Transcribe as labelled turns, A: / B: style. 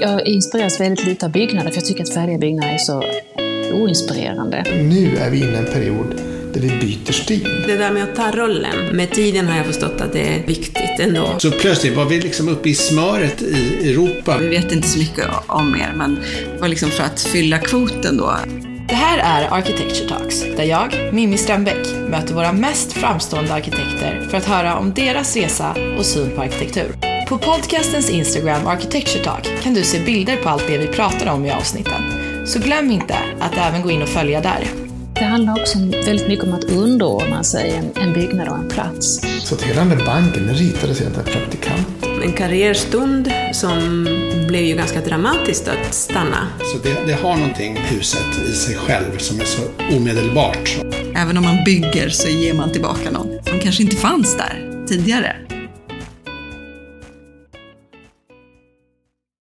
A: Jag inspireras väldigt lite av byggnader, för jag tycker att färdiga byggnader är så oinspirerande.
B: Nu är vi inne i en period där vi byter stil.
C: Det där med att ta rollen, med tiden har jag förstått att det är viktigt ändå.
D: Så plötsligt var vi liksom uppe i smöret i Europa.
E: Vi vet inte så mycket om er, men det var liksom för att fylla kvoten då.
F: Det här är Architecture Talks, där jag, Mimmi Strömbäck, möter våra mest framstående arkitekter för att höra om deras resa och syn på arkitektur. På podcastens Instagram Architecture Talk kan du se bilder på allt det vi pratar om i avsnitten. Så glöm inte att även gå in och följa där.
A: Det handlar också om- väldigt mycket om att underordna sig en, en byggnad och en plats.
B: Så att hela den banken den ritades helt av praktikanter.
C: En karriärstund som blev ju ganska dramatiskt att stanna.
D: Så det, det har någonting, huset, i sig själv som är så omedelbart.
E: Även om man bygger så ger man tillbaka någon som kanske inte fanns där tidigare.